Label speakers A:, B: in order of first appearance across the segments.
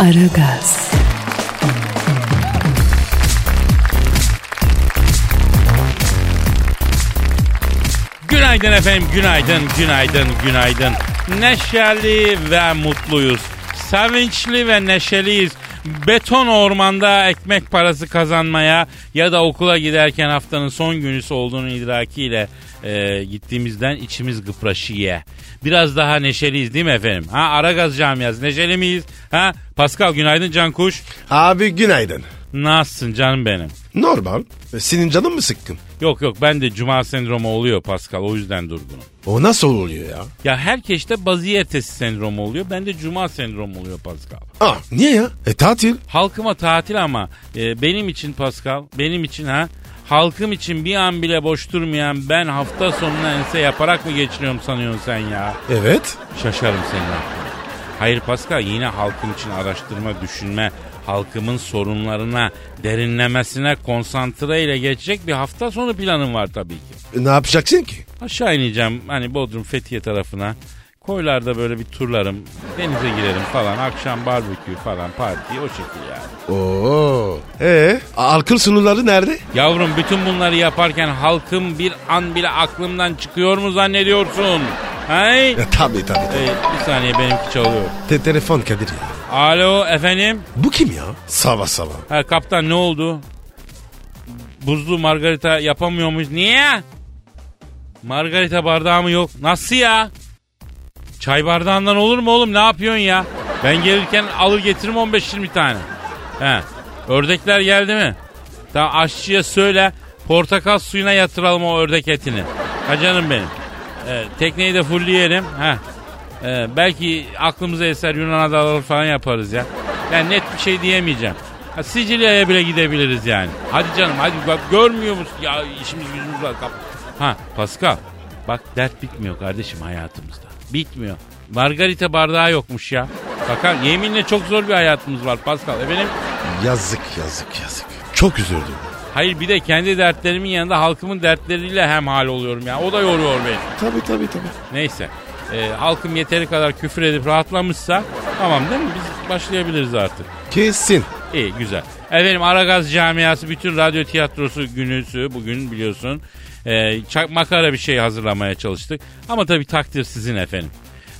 A: Aragaz,
B: Günaydın efendim, günaydın, günaydın, günaydın. Neşeli ve mutluyuz. Sevinçli ve neşeliyiz. Beton ormanda ekmek parası kazanmaya ya da okula giderken haftanın son günüsü olduğunu idrakiyle e, gittiğimizden içimiz gıpraşıya. Biraz daha neşeliyiz değil mi efendim? Ha Aragaz camiası neşeli miyiz? Ha Pascal günaydın Cankuş.
C: Abi günaydın.
B: Nasılsın canım benim?
C: Normal. E, Senin canın mı sıkkın?
B: Yok yok ben de cuma sendromu oluyor Pascal o yüzden durgunum.
C: O nasıl oluyor ya?
B: Ya herkeste bazı ertesi sendromu oluyor. Bende cuma sendromu oluyor Pascal.
C: Aa niye ya? E tatil.
B: Halkıma tatil ama e, benim için Pascal, benim için ha. Halkım için bir an bile boş durmayan ben hafta sonuna ense yaparak mı geçiriyorum sanıyorsun sen ya?
C: Evet.
B: Şaşarım senin aklına. Hayır Pascal yine halkım için araştırma, düşünme, halkımın sorunlarına, derinlemesine konsantre ile geçecek bir hafta sonu planım var tabii ki.
C: E, ne yapacaksın ki?
B: Aşağı ineceğim hani Bodrum Fethiye tarafına. Koylarda böyle bir turlarım. Denize girerim falan. Akşam barbekü falan parti o şekil yani.
C: Oo. E alkol sunuları nerede?
B: Yavrum bütün bunları yaparken halkım bir an bile aklımdan çıkıyor mu zannediyorsun? Hey?
C: E, tabii tabii.
B: Ee, bir saniye benimki çalıyor.
C: Te- telefon Kadir ya.
B: Alo efendim?
C: Bu kim ya? Sava sava.
B: Ha, kaptan ne oldu? Buzlu margarita yapamıyor muyuz? Niye? Margarita bardağı mı yok? Nasıl ya? Çay bardağından olur mu oğlum? Ne yapıyorsun ya? Ben gelirken alır getiririm 15-20 tane. He. Ördekler geldi mi? Tamam aşçıya söyle. Portakal suyuna yatıralım o ördek etini. Ha canım benim. Ee, tekneyi de fullleyelim. Ha. Ee, belki aklımıza eser Yunan adaları falan yaparız ya. Yani net bir şey diyemeyeceğim. Ha, Sicilya'ya bile gidebiliriz yani. Hadi canım hadi bak görmüyor musun? Ya işimiz gücümüz var. Kap- ha Pascal bak dert bitmiyor kardeşim hayatımızda. Bitmiyor. Margarita bardağı yokmuş ya. Bakar yeminle çok zor bir hayatımız var Pascal. E, Efendim
C: Yazık yazık yazık. Çok üzüldüm.
B: Hayır bir de kendi dertlerimin yanında halkımın dertleriyle hemhal oluyorum ya. O da yoruyor beni.
C: Tabii tabii tabii.
B: Neyse. Ee, halkım yeteri kadar küfür edip rahatlamışsa tamam değil mi? Biz başlayabiliriz artık.
C: Kesin.
B: İyi güzel. Efendim Aragaz Camiası bütün radyo tiyatrosu günüsü bugün biliyorsun. Ee, çak makara bir şey hazırlamaya çalıştık. Ama tabii takdir sizin efendim.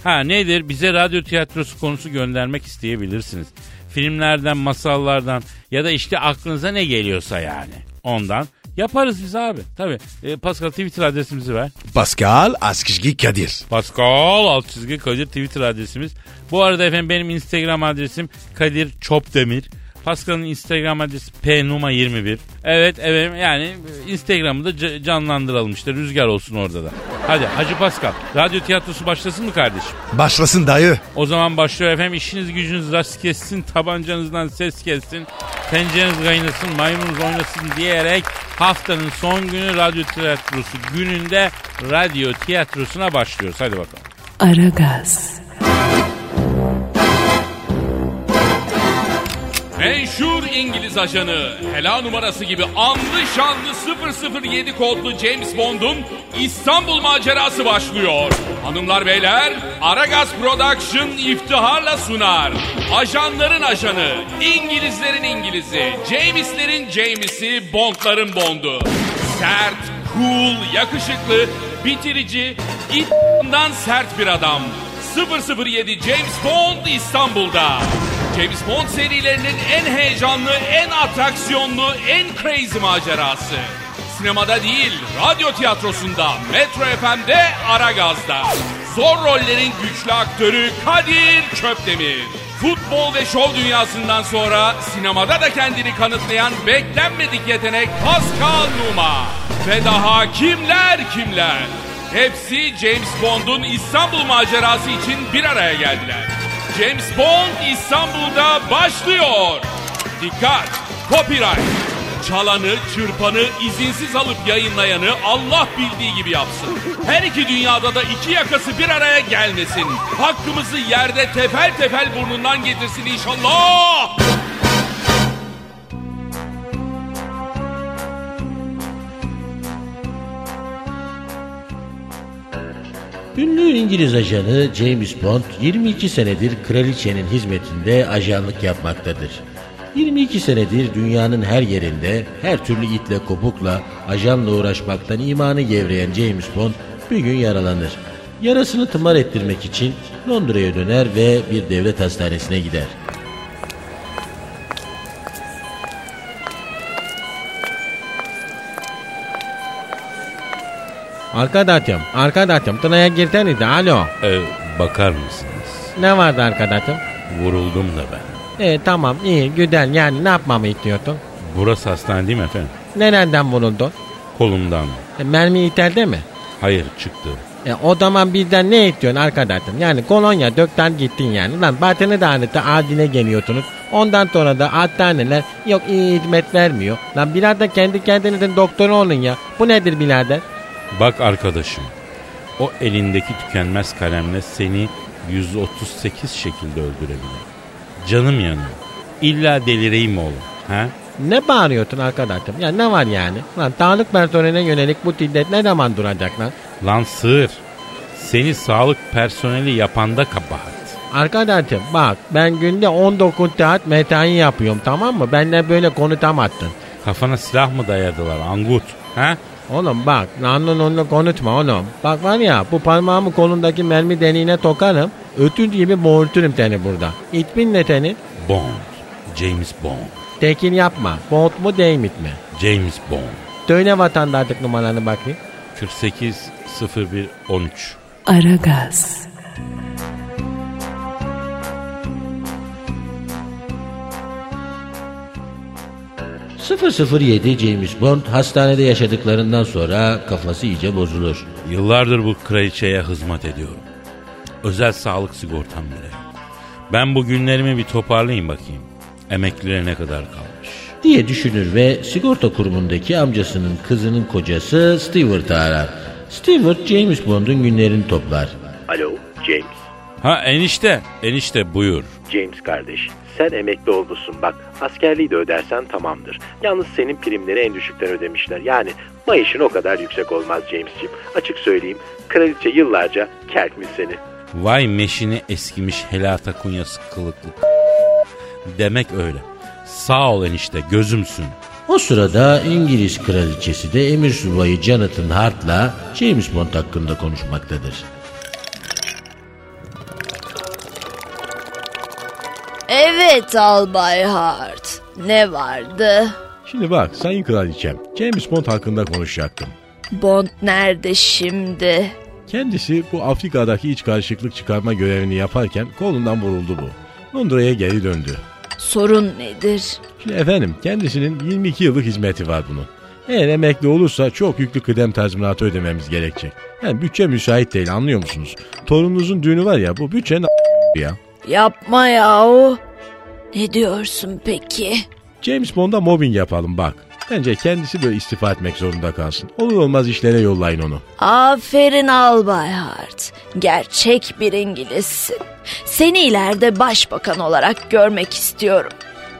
B: Ha nedir? Bize radyo tiyatrosu konusu göndermek isteyebilirsiniz. Filmlerden, masallardan ya da işte aklınıza ne geliyorsa yani. Ondan yaparız biz abi. Tabii. Ee, Pascal Twitter adresimizi ver.
C: Pascal Askizgi Kadir.
B: Pascal alt çizgi Kadir Twitter adresimiz. Bu arada efendim benim Instagram adresim Kadir Çopdemir. Pascal'ın Instagram adresi pnuma21. Evet efendim yani Instagram'ı da ca- canlandıralım işte rüzgar olsun orada da. Hadi Hacı Pascal radyo tiyatrosu başlasın mı kardeşim?
C: Başlasın dayı.
B: O zaman başlıyor efendim işiniz gücünüz rast kessin tabancanızdan ses kessin. Tencereniz kaynasın maymununuz oynasın diyerek haftanın son günü radyo tiyatrosu gününde radyo tiyatrosuna başlıyoruz. Hadi bakalım.
A: Aragaz,
D: Meşhur İngiliz ajanı hela numarası gibi anlı şanlı 007 kodlu James Bond'un İstanbul macerası başlıyor. Hanımlar beyler Aragaz Production iftiharla sunar. Ajanların ajanı, İngilizlerin İngilizi, James'lerin James'i, Bond'ların Bond'u. Sert, cool, yakışıklı, bitirici, it***dan sert bir adam. 007 James Bond İstanbul'da. James Bond serilerinin en heyecanlı, en atraksiyonlu, en crazy macerası. Sinemada değil, radyo tiyatrosunda, Metro FM'de, Aragaz'da. Zor rollerin güçlü aktörü Kadir Çöpdemir. Futbol ve şov dünyasından sonra sinemada da kendini kanıtlayan beklenmedik yetenek Pascal Numa. Ve daha kimler kimler. Hepsi James Bond'un İstanbul macerası için bir araya geldiler. James Bond İstanbul'da başlıyor. Dikkat! Copyright! Çalanı, çırpanı, izinsiz alıp yayınlayanı Allah bildiği gibi yapsın. Her iki dünyada da iki yakası bir araya gelmesin. Hakkımızı yerde tefel tefel burnundan getirsin inşallah.
E: Ünlü İngiliz ajanı James Bond 22 senedir kraliçenin hizmetinde ajanlık yapmaktadır. 22 senedir dünyanın her yerinde her türlü itle kopukla ajanla uğraşmaktan imanı gevreyen James Bond bir gün yaralanır. Yarasını tımar ettirmek için Londra'ya döner ve bir devlet hastanesine gider. Arkadaşım, arkadaşım tınaya girsenize alo.
B: Ee, bakar mısınız?
E: Ne vardı arkadaşım?
B: Vuruldum da ben.
E: E tamam iyi güzel yani ne yapmamı istiyordun?
B: Burası hastane değil mi efendim?
E: Nereden bulundun?
B: Kolumdan.
E: E, mermi iterdi mi?
B: Hayır çıktı.
E: E, o zaman bizden ne istiyorsun arkadaşım? Yani kolonya dökten gittin yani. Lan batını dağınıkta adine geliyorsunuz. Ondan sonra da hastaneler yok iyi hizmet vermiyor. Lan biraz da kendi kendinizin doktoru olun ya. Bu nedir birader?
B: Bak arkadaşım. O elindeki tükenmez kalemle seni 138 şekilde öldürebilir. Canım yanıyor. İlla delireyim mi oğlum? Ha?
E: Ne bağırıyorsun arkadaşım? Ya ne var yani? Lan sağlık personeline yönelik bu şiddet ne zaman duracak lan?
B: Lan sığır. Seni sağlık personeli yapanda kabahat.
E: Arkadaşım bak ben günde 19 saat mesai yapıyorum tamam mı? Benle böyle konuşamazsın.
B: Kafana silah mı dayadılar angut? Ha?
E: Oğlum bak nanlı nonlu konuşma oğlum. Bak var ya bu parmağımı kolundaki mermi deliğine tokarım. Ötün gibi boğulturum seni burada. İtmin ne seni?
B: Bond. James Bond.
E: Tekil yapma. Boğult mu değmit mi?
B: James Bond.
E: Söyle vatandaşlık numaranı bakayım.
B: 48 01 13.
A: Aragaz.
E: James Bond hastanede yaşadıklarından sonra kafası iyice bozulur.
B: Yıllardır bu kraliçeye hizmet ediyorum. Özel sağlık sigortam bile yok. Ben bu günlerimi bir toparlayayım bakayım. Emekliliğe ne kadar kalmış.
E: diye düşünür ve sigorta kurumundaki amcasının kızının kocası Stewart'ı arar. Stewart James Bond'un günlerini toplar.
F: Alo James.
B: Ha enişte, enişte buyur.
F: James kardeş. Sen emekli olmuşsun bak. Askerliği de ödersen tamamdır. Yalnız senin primleri en düşükten ödemişler. Yani maaşın o kadar yüksek olmaz James'ciğim. Açık söyleyeyim. Kraliçe yıllarca kerkmiş seni.
B: Vay meşini eskimiş helata kunyası kılıklı. Demek öyle. Sağ ol enişte gözümsün.
E: O sırada İngiliz kraliçesi de emir subayı Jonathan Hart'la James Bond hakkında konuşmaktadır.
G: Evet Albay Hart. Ne vardı?
E: Şimdi bak sayın kraliçem James Bond hakkında konuşacaktım.
G: Bond nerede şimdi?
E: Kendisi bu Afrika'daki iç karışıklık çıkarma görevini yaparken kolundan vuruldu bu. Londra'ya geri döndü.
G: Sorun nedir?
E: Şimdi efendim kendisinin 22 yıllık hizmeti var bunun. Eğer emekli olursa çok yüklü kıdem tazminatı ödememiz gerekecek. Yani bütçe müsait değil anlıyor musunuz? Torununuzun düğünü var ya bu bütçenin a- ya.
G: Yapma yahu. Ne diyorsun peki?
E: James Bond'a mobbing yapalım bak. Bence kendisi de istifa etmek zorunda kalsın. Olur olmaz işlere yollayın onu.
G: Aferin Albay Hart. Gerçek bir İngilizsin. Seni ileride başbakan olarak görmek istiyorum.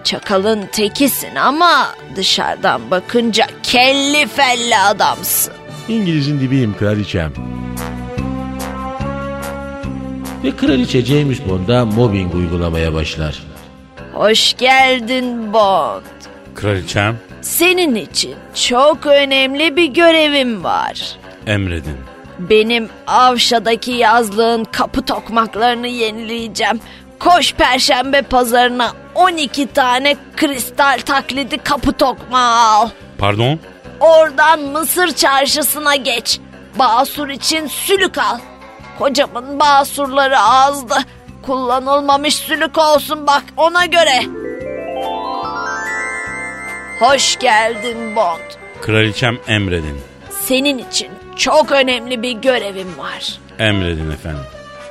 G: Çakalın tekisin ama dışarıdan bakınca kelli felli adamsın.
E: İngiliz'in dibiyim kraliçem.
H: Ve kraliçe James Bond'a mobbing uygulamaya başlar.
G: Hoş geldin Bond.
B: Kraliçem
G: Senin için çok önemli bir görevim var.
B: emredin.
G: Benim Avşa'daki yazlığın kapı tokmaklarını yenileyeceğim. Koş perşembe pazarına 12 tane kristal taklidi kapı tokmağı al.
B: Pardon?
G: Oradan Mısır çarşısına geç. Basur için sülük al. Kocamın basurları azdı. Kullanılmamış sülük olsun bak ona göre. Hoş geldin Bond.
B: Kraliçem emredin.
G: Senin için Çok önemli bir görevim var.
B: Emredin efendim.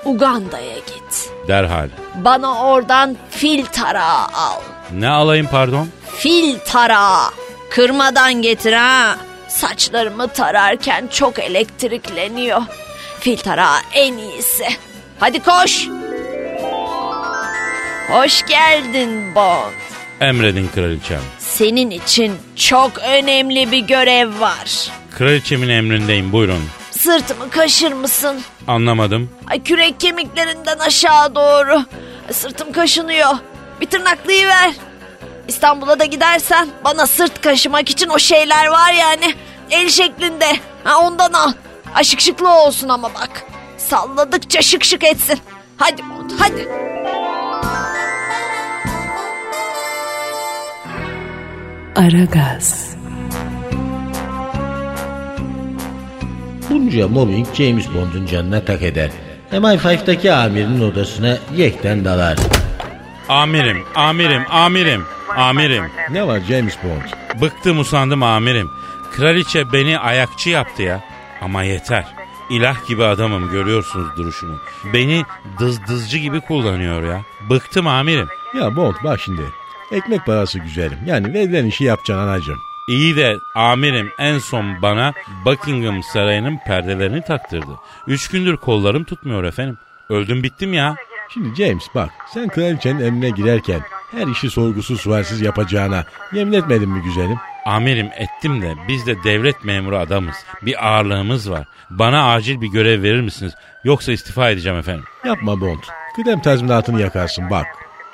G: Uganda'ya git.
B: Derhal.
G: Bana oradan fil tarağı al.
B: Ne alayım pardon?
G: Fil tarağı. Kırmadan getir ha. Saçlarımı tararken çok elektrikleniyor. Fil tarağı en iyisi. Hadi koş. Hoş geldin Bond.
B: Emredin kraliçem.
G: Senin için çok önemli bir görev var.
B: Kraliçemin emrindeyim buyurun.
G: Sırtımı kaşır mısın?
B: Anlamadım.
G: Ay kürek kemiklerinden aşağı doğru. Ay, Sırtım kaşınıyor. Bir tırnaklıyı ver. İstanbul'a da gidersen bana sırt kaşımak için o şeyler var yani. El şeklinde. Ha ondan al. Ay, şık şıklı olsun ama bak. Salladıkça şık şık etsin. Hadi Bond hadi.
A: Aragaz,
E: Bunca mobbing James Bond'un canına tak eder. MI5'taki amirinin odasına yekten dalar.
B: Amirim, amirim, amirim, amirim.
E: Ne var James Bond?
B: Bıktım usandım amirim. Kraliçe beni ayakçı yaptı ya. Ama yeter. İlah gibi adamım görüyorsunuz duruşumu. Beni dızdızcı gibi kullanıyor ya. Bıktım amirim.
H: Ya Bond bak şimdi. Ekmek parası güzelim. Yani verilen işi yapacaksın anacığım.
B: İyi de amirim en son bana Buckingham Sarayı'nın perdelerini taktırdı. Üç gündür kollarım tutmuyor efendim. Öldüm bittim ya.
H: Şimdi James bak sen kraliçenin emrine girerken her işi sorgusuz sualsiz yapacağına yemin etmedin mi güzelim?
B: Amirim ettim de biz de devlet memuru adamız. Bir ağırlığımız var. Bana acil bir görev verir misiniz? Yoksa istifa edeceğim efendim.
H: Yapma Bond. Kıdem tazminatını yakarsın bak.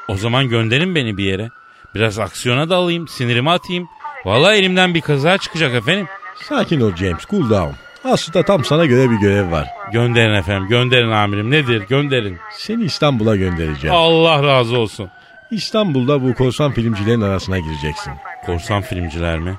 B: O zaman gönderin beni bir yere. Biraz aksiyona da alayım, sinirimi atayım. Vallahi elimden bir kaza çıkacak efendim.
H: Sakin ol James cool down. Aslında tam sana göre bir görev var.
B: Gönderin efendim, gönderin amirim. Nedir? Gönderin.
H: Seni İstanbul'a göndereceğim.
B: Allah razı olsun.
H: İstanbul'da bu korsan filmcilerin arasına gireceksin.
B: Korsan filmciler mi?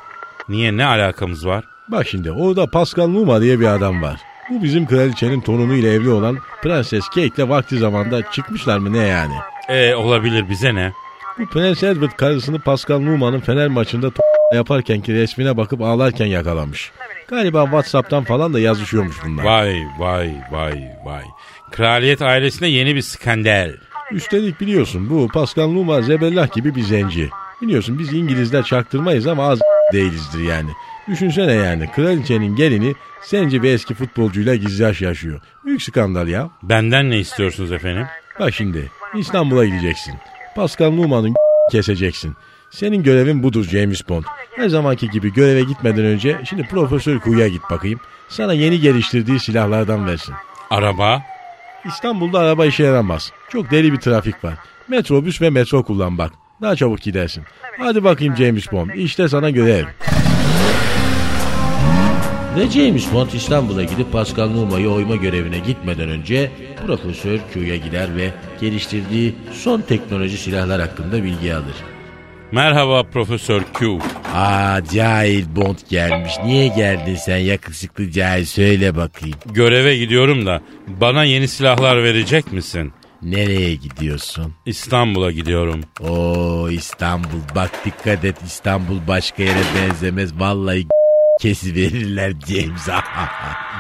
B: Niye, ne alakamız var?
H: Bak şimdi orada Pascal Numa diye bir adam var. Bu bizim kraliçenin torunuyla evli olan Prenses Kate'le vakti zamanda çıkmışlar mı ne yani?
B: E olabilir bize ne?
H: Bu Prens Albert karısını Pascal Numa'nın Fener maçında t- yaparkenki resmine bakıp ağlarken yakalamış. Galiba Whatsapp'tan falan da yazışıyormuş bunlar.
B: Vay vay vay vay. Kraliyet ailesine yeni bir skandal.
H: Üstelik biliyorsun bu Pascal Numa zebellah gibi bir zenci. Biliyorsun biz İngilizler çaktırmayız ama az değilizdir yani. Düşünsene yani kraliçenin gelini zenci bir eski futbolcuyla gizli aşk yaşıyor. Büyük skandal ya.
B: Benden ne istiyorsunuz efendim?
H: Bak şimdi İstanbul'a gideceksin. Pascal Numa'nın keseceksin. Senin görevin budur James Bond. Her zamanki gibi göreve gitmeden önce şimdi Profesör Kuya git bakayım. Sana yeni geliştirdiği silahlardan versin.
B: Araba?
H: İstanbul'da araba işe yaramaz. Çok deli bir trafik var. Metrobüs ve metro kullan bak. Daha çabuk gidersin. Hadi bakayım James Bond. İşte sana görev.
E: Ve James Bond İstanbul'a gidip Pascal Numa'yı oyma görevine gitmeden önce Profesör Q'ya gider ve geliştirdiği son teknoloji silahlar hakkında bilgi alır.
B: Merhaba Profesör Q.
E: Aa cahil Bond gelmiş. Niye geldin sen yakışıklı cahil söyle bakayım.
B: Göreve gidiyorum da bana yeni silahlar verecek misin?
E: Nereye gidiyorsun?
B: İstanbul'a gidiyorum.
E: Oo İstanbul bak dikkat et İstanbul başka yere benzemez. Vallahi kesi verirler James.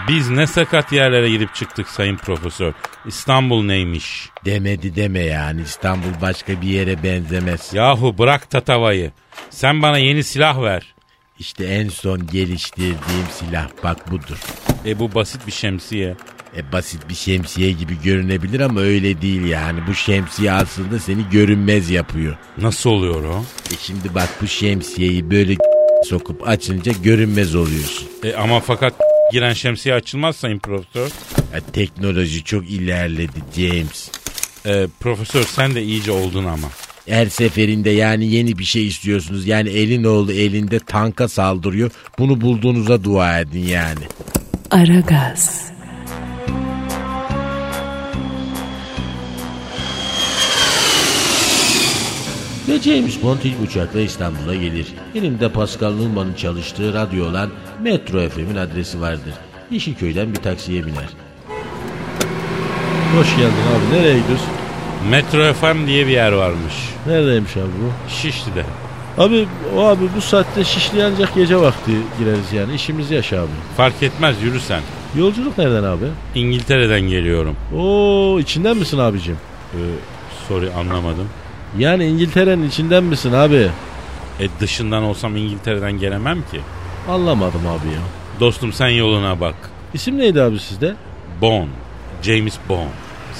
B: Biz ne sakat yerlere gidip çıktık sayın profesör. İstanbul neymiş?
E: Demedi deme yani İstanbul başka bir yere benzemez.
B: Yahu bırak tatavayı. Sen bana yeni silah ver.
E: İşte en son geliştirdiğim silah bak budur.
B: E bu basit bir şemsiye.
E: E, basit bir şemsiye gibi görünebilir ama öyle değil yani. Bu şemsiye aslında seni görünmez yapıyor.
B: Nasıl oluyor o?
E: E şimdi bak bu şemsiyeyi böyle sokup açınca görünmez oluyorsun.
B: E ama fakat giren şemsiye açılmaz sayın profesör.
E: Ya, E, teknoloji çok ilerledi James.
B: E, profesör sen de iyice oldun ama.
E: Her seferinde yani yeni bir şey istiyorsunuz. Yani elin oğlu elinde tanka saldırıyor. Bunu bulduğunuza dua edin yani.
A: Aragaz,
E: Ve James Bond ilk uçakla İstanbul'a gelir. Elinde Pascal Numan'ın çalıştığı radyo olan Metro FM'in adresi vardır. Yeşilköy'den bir taksiye biner.
H: Hoş geldin abi. Nereye gidiyorsun?
B: Metro FM diye bir yer varmış.
H: Neredeymiş abi bu?
B: Şişli'de.
H: Abi o abi bu saatte Şişli'ye ancak gece vakti gireriz yani. İşimiz yaş abi.
B: Fark etmez yürü sen.
H: Yolculuk nereden abi?
B: İngiltere'den geliyorum.
H: Oo içinden misin abicim?
B: Ee, sorry anlamadım.
H: Yani İngiltere'nin içinden misin abi?
B: E dışından olsam İngiltere'den gelemem ki.
H: Anlamadım abi ya.
B: Dostum sen yoluna bak.
H: İsim neydi abi sizde?
B: Bond. James Bond.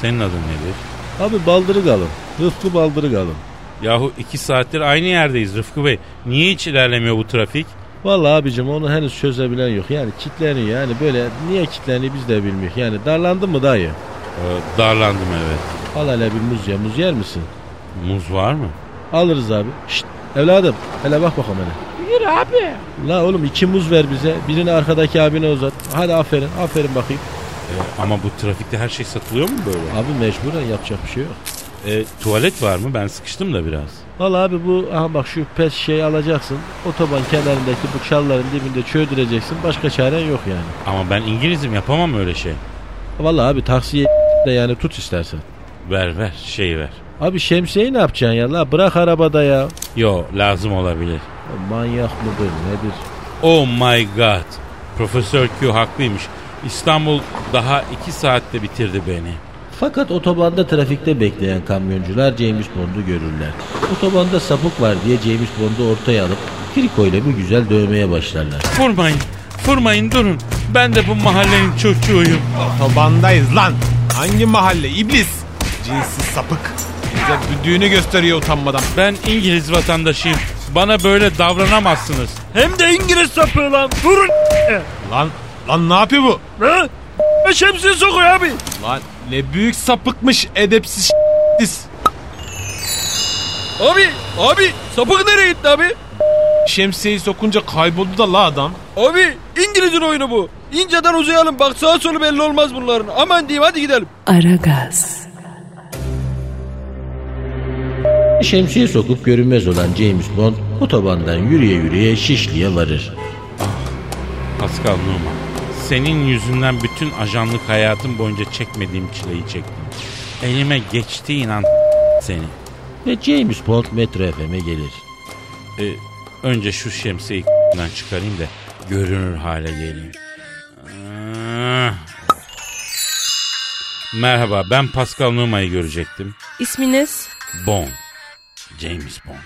B: Senin adın nedir?
H: Abi baldırık alın. Rıfkı baldırık alın.
B: Yahu iki saattir aynı yerdeyiz Rıfkı Bey. Niye hiç ilerlemiyor bu trafik?
H: Vallahi abicim onu henüz çözebilen yok. Yani kitleniyor yani böyle niye kitleniyor biz de bilmiyoruz. Yani darlandın mı dayı?
B: Ee, darlandım evet.
H: Al hele bir muz ye muz yer misin?
B: Muz var mı?
H: Alırız abi. Şşt evladım hele bak bakalım hele.
I: Buyur abi.
H: La oğlum iki muz ver bize. Birini arkadaki abine uzat. Hadi aferin aferin bakayım.
B: Ee, ama bu trafikte her şey satılıyor mu böyle?
H: Abi mecburen yapacak bir şey yok.
B: Ee, tuvalet var mı? Ben sıkıştım da biraz.
H: Vallahi abi bu aha bak şu pes şeyi alacaksın. Otoban kenarındaki bu çalların dibinde çöldüreceksin. Başka çaren yok yani.
B: Ama ben İngilizim yapamam öyle şey.
H: Vallahi abi taksiye de yani tut istersen.
B: Ver ver şey ver.
H: Abi şemsiyeyi ne yapacaksın ya la bırak arabada ya.
B: Yo lazım olabilir.
H: Ya Manyak mıdır nedir?
B: Oh my god. Profesör Q haklıymış. İstanbul daha iki saatte bitirdi beni.
E: Fakat otobanda trafikte bekleyen kamyoncular James Bond'u görürler. Otobanda sapık var diye James Bond'u ortaya alıp kriko ile bir güzel dövmeye başlarlar.
B: Vurmayın. Vurmayın durun. Ben de bu mahallenin çocuğuyum.
J: Otobandayız lan. Hangi mahalle? İblis. Cinsiz sapık. Bize düdüğünü gösteriyor utanmadan.
B: Ben İngiliz vatandaşıyım. Bana böyle davranamazsınız. Hem de İngiliz sapığı lan. Vurun.
J: Lan lan ne yapıyor bu?
B: Ha? Şemsiye sokuyor abi.
J: Lan ne büyük sapıkmış edepsiz s**tis.
I: Abi, abi sapık nereye gitti abi?
J: Şemsiyeyi sokunca kayboldu da la adam.
I: Abi İngiliz'in oyunu bu. İnceden uzayalım bak sağa solu belli olmaz bunların. Aman diyeyim hadi gidelim.
A: Aragaz,
E: Şemsiye sokup görünmez olan James Bond otobandan yürüye yürüye Şişli'ye varır.
B: Pascal Numa. Senin yüzünden bütün ajanlık hayatım boyunca çekmediğim çileyi çektim. Elime geçti inan seni.
E: Ve James Bond Metro FM'e gelir.
B: Ee, önce şu şemsiyeyi çıkarayım da görünür hale geleyim. Ah. Merhaba ben Pascal Numa'yı görecektim.
K: İsminiz
B: Bond. James Bond.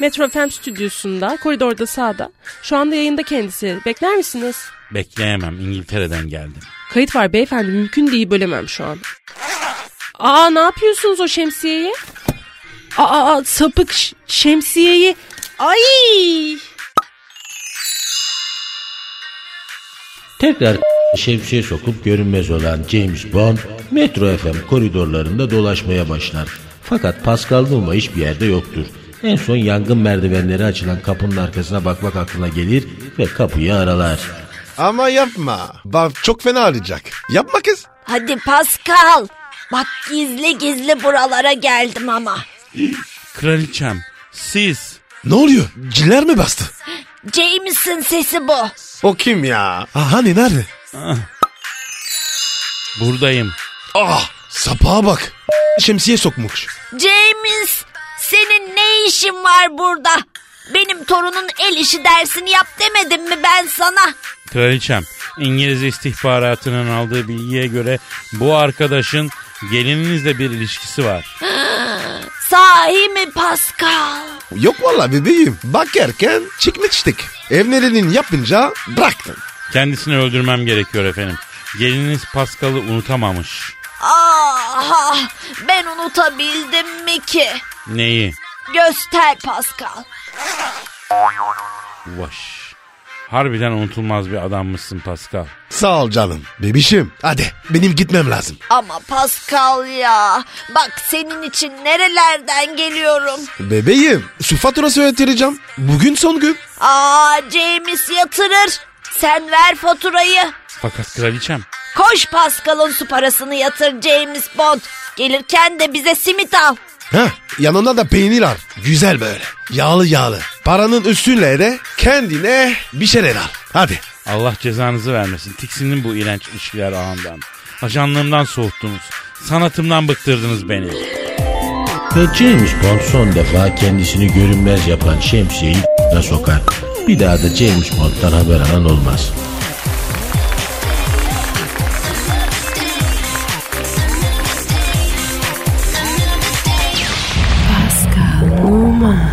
K: Metro FM stüdyosunda, koridorda sağda. Şu anda yayında kendisi. Bekler misiniz?
B: Bekleyemem İngiltere'den geldim.
K: Kayıt var beyefendi, mümkün değil bölemem şu an. Aa ne yapıyorsunuz o şemsiyeyi? Aa, aa, sapık ş- şemsiyeyi. Ay!
E: Tekrar şemsiye sokup görünmez olan James Bond Metro FM koridorlarında dolaşmaya başlar. Fakat Pascal Numa hiçbir yerde yoktur. En son yangın merdivenleri açılan kapının arkasına bakmak aklına gelir ve kapıyı aralar.
C: Ama yapma. Bak çok fena arayacak. Yapma kız.
G: Hadi Pascal. Bak gizli gizli buralara geldim ama.
B: Kraliçem siz
C: Ne oluyor? Ciller mi bastı?
G: James'in sesi bu.
C: O kim ya? Ah, hani nerede?
B: buradayım.
C: Ah sapağa bak. Şemsiye sokmuş.
G: James senin ne işin var burada? Benim torunun el işi dersini yap demedim mi ben sana?
B: Kraliçem İngiliz istihbaratının aldığı bilgiye göre bu arkadaşın gelininizle bir ilişkisi var.
G: Sahi mi Pascal?
C: Yok vallahi bebeğim. Bakarken çıkmıştık. Evlerinin yapınca bıraktım.
B: Kendisini öldürmem gerekiyor efendim. Geliniz Paskal'ı unutamamış.
G: Aha Ah, ben unutabildim mi ki?
B: Neyi?
G: Göster Pascal.
B: Vaş. Harbiden unutulmaz bir adammışsın Pascal.
C: Sağ ol canım. Bebişim hadi benim gitmem lazım.
G: Ama Pascal ya bak senin için nerelerden geliyorum.
C: Bebeğim su faturası ödeteceğim. Bugün son gün.
G: Aa James yatırır. Sen ver faturayı.
B: Fakat kraliçem
G: Koş Pascal'ın su parasını yatır James Bond. Gelirken de bize simit al.
C: Heh, yanında da peynir al. Güzel böyle. Yağlı yağlı. Paranın üstüne de kendine bir şeyler al. Hadi.
B: Allah cezanızı vermesin. Tiksindim bu iğrenç ilişkiler ağından. Ajanlığımdan soğuttunuz. Sanatımdan bıktırdınız beni.
E: Ve James Bond son defa kendisini görünmez yapan şemsiyeyi ***'na sokar. Bir daha da James Bond'dan haber alan olmaz.
A: Pascal, Oman,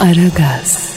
A: Aragaz.